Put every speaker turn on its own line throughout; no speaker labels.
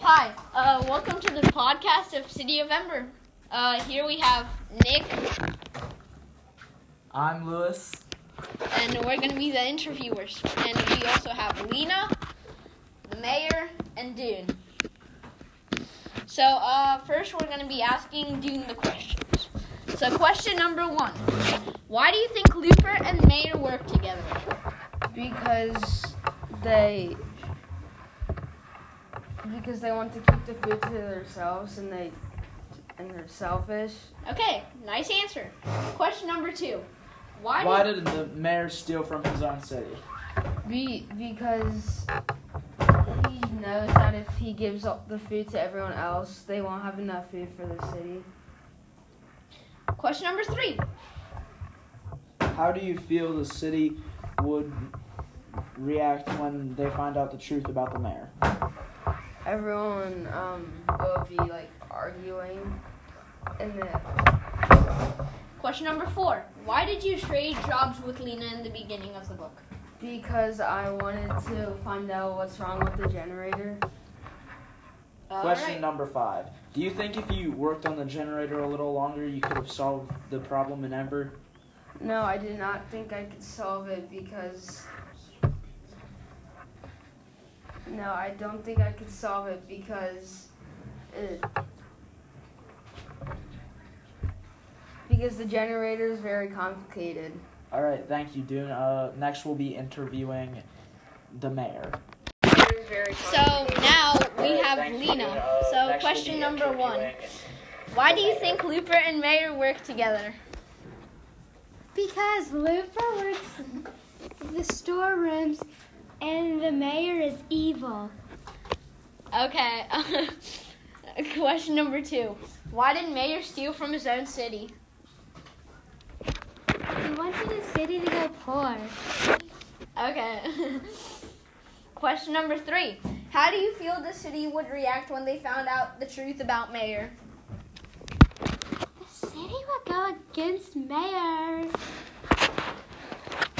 Hi, uh, welcome to the podcast of City of Ember. Uh, here we have Nick,
I'm Lewis.
and we're going to be the interviewers. And we also have Lena, the mayor, and Dune. So, uh, first we're going to be asking Dune the questions. So, question number one Why do you think Looper and Mayor work together?
Because they because they want to keep the food to themselves and they and they're selfish.
Okay, nice answer. Question number two Why,
Why
do
did the mayor steal from his own city?
Be because he knows that if he gives up the food to everyone else, they won't have enough food for the city.
Question number three
How do you feel the city would react when they find out the truth about the mayor?
Everyone um will be like arguing and then
Question number four. Why did you trade jobs with Lena in the beginning of the book?
because I wanted to find out what's wrong with the generator.
All
Question
right.
number five. Do you think if you worked on the generator a little longer, you could have solved the problem in Ember?
No, I did not think I could solve it because. No, I don't think I could solve it because. It, because the generator is very complicated.
All right, thank you, Dune. Uh, next, we'll be interviewing the mayor.
Very, very
So now we
Alright,
have
thank you,
Lena.
Dune. Uh, next
so
we'll
question
be
number one.
interviewing-
Why do you think Looper and Mayor work together?
Because Looper works the storerooms and the mayor is evil.
Okay. uh, Question number two. Why did Mayor steal from his own city?
He wanted the city to go poor.
Okay. Question number three. How do you feel the city would react when they found out the truth about Mayor?
The city would go against mayor.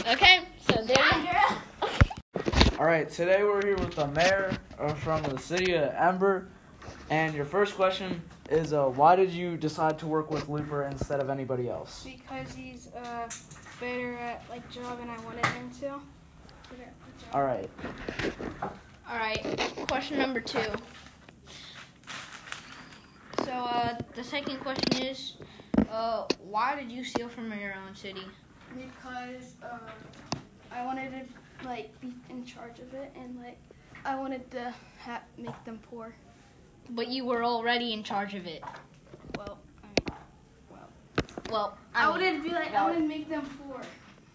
Okay, so there.
All right, today we're here with the mayor uh, from the city of Ember, and your first question is, uh, why did you decide to work with Looper instead of anybody else?
Because he's uh, better at like job and I wanted him to.
All right,
All right, question number two. So uh, the second question is, uh, why did you steal from your own city?
Because um, I wanted to like be in charge of it and like I wanted to ha- make them poor.
But you were already in charge of it.
Well, I, mean,
Well, I,
I,
mean,
wanted to be like
well-
I wanted to make them poor.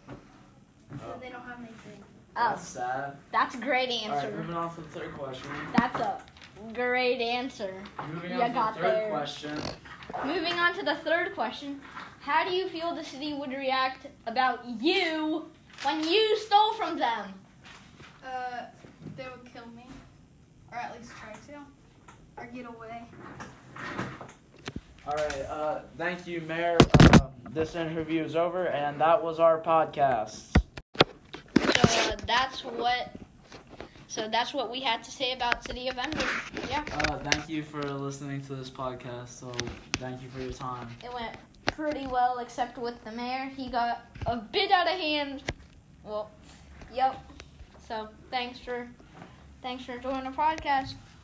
Oh.
So they don't have anything.
uh,
Uh, sad.
that's a great
All right,
answer.
moving on to the third question.
That's a great answer.
Moving
You
on to
got
the third
there.
question.
Moving on to the third question. How do you feel the city would react about you when you stole from them?
Uh, they would kill me, or at least try to, or get away.
All right, uh, thank you, mayor. Um, this interview is over, and that was our podcast.
So uh, that's what. So that's what we had to say about City of Ember. Yeah.
Uh, thank you for listening to this podcast. So thank you for your time.
it went pretty well, except with the mayor. He got a bit out of hand. Well, yep. So thanks for thanks for doing the podcast.